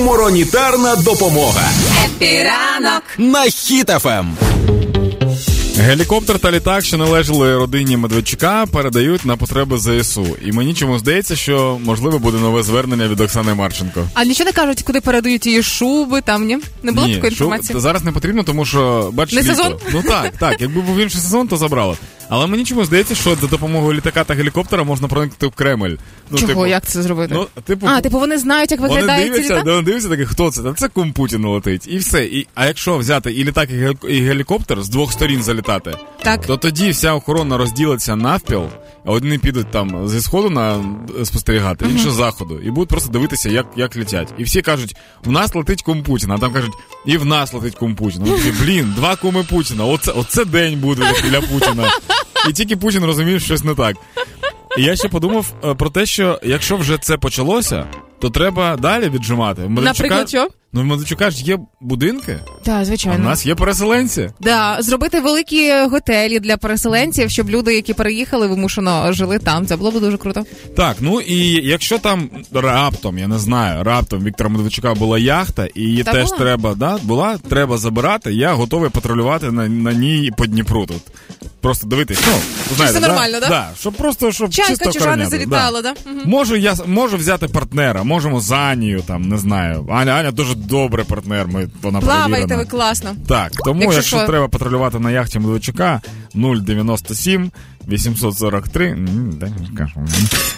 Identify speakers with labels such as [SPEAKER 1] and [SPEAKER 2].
[SPEAKER 1] Гуморонітарна допомога
[SPEAKER 2] Піранок.
[SPEAKER 1] на Ем. Хіт-ФМ.
[SPEAKER 3] Гелікоптер та літак, що належали родині Медведчука, передають на потреби ЗСУ. І мені чому здається, що можливо буде нове звернення від Оксани Марченко.
[SPEAKER 4] А нічого не кажуть, куди передають її шуби, там ні? Не було
[SPEAKER 3] Ні,
[SPEAKER 4] такої
[SPEAKER 3] що
[SPEAKER 4] інформації?
[SPEAKER 3] зараз не потрібно, тому що бачиш
[SPEAKER 4] Не
[SPEAKER 3] літо.
[SPEAKER 4] сезон?
[SPEAKER 3] Ну так, так. Якби був інший сезон, то забрало. Але мені чому здається, що за допомогою літака та гелікоптера можна проникнути в Кремль. Ну,
[SPEAKER 4] Чого?
[SPEAKER 3] типу,
[SPEAKER 4] Як це зробити?
[SPEAKER 3] Ну, типу,
[SPEAKER 4] а, типу вони знають, як
[SPEAKER 3] вони
[SPEAKER 4] виглядає ці
[SPEAKER 3] дивляться,
[SPEAKER 4] літак?
[SPEAKER 3] да, вони дивляться такі, хто це? Та це кум Путіна летить. І все. І, а якщо взяти і літак, і гел- і гелікоптер з двох сторін залітати,
[SPEAKER 4] Так.
[SPEAKER 3] то тоді вся охорона розділиться навпіл, а одні підуть там зі сходу на е, спостерігати, інші з заходу, і будуть просто дивитися, як, як летять. І всі кажуть, в нас летить кум Путіна, а там кажуть, і в нас летить кум Путіна. Вони такі, блін, два куми Путіна. Оце, оце день буде для Путіна. І тільки Путін розуміє, що щось не так. І я ще подумав е, про те, що якщо вже це почалося, то треба далі віджимати. В Медведчука-
[SPEAKER 4] Наприклад, що?
[SPEAKER 3] Ну, в Медведчука ж є будинки,
[SPEAKER 4] Так,
[SPEAKER 3] а в
[SPEAKER 4] звичайно.
[SPEAKER 3] нас є переселенці.
[SPEAKER 4] Да, зробити великі готелі для переселенців, щоб люди, які переїхали, вимушено жили там. Це було б дуже круто.
[SPEAKER 3] Так, ну і якщо там раптом, я не знаю, раптом Віктора Медведчука була яхта, і її
[SPEAKER 4] Та
[SPEAKER 3] теж
[SPEAKER 4] була.
[SPEAKER 3] треба, да, була, треба забирати. Я готовий патрулювати на, на ній по Дніпру тут. Просто дивитись, ну, знаєте,
[SPEAKER 4] все нормально, да?
[SPEAKER 3] щоб просто, щоб
[SPEAKER 4] Чайка
[SPEAKER 3] чисто
[SPEAKER 4] чужа не
[SPEAKER 3] охороняти,
[SPEAKER 4] залітала, да? Мгм.
[SPEAKER 3] Можу я можу взяти партнера, можемо з Анією, там не знаю. Аня, Аня дуже добрий партнер. Ми вона
[SPEAKER 4] Плаваєте ви
[SPEAKER 3] перевірена.
[SPEAKER 4] класно.
[SPEAKER 3] Так, тому
[SPEAKER 4] Якщо
[SPEAKER 3] якщо,
[SPEAKER 4] що.
[SPEAKER 3] треба патрулювати на яхті Медведчука 097 843. М, да, не скажу.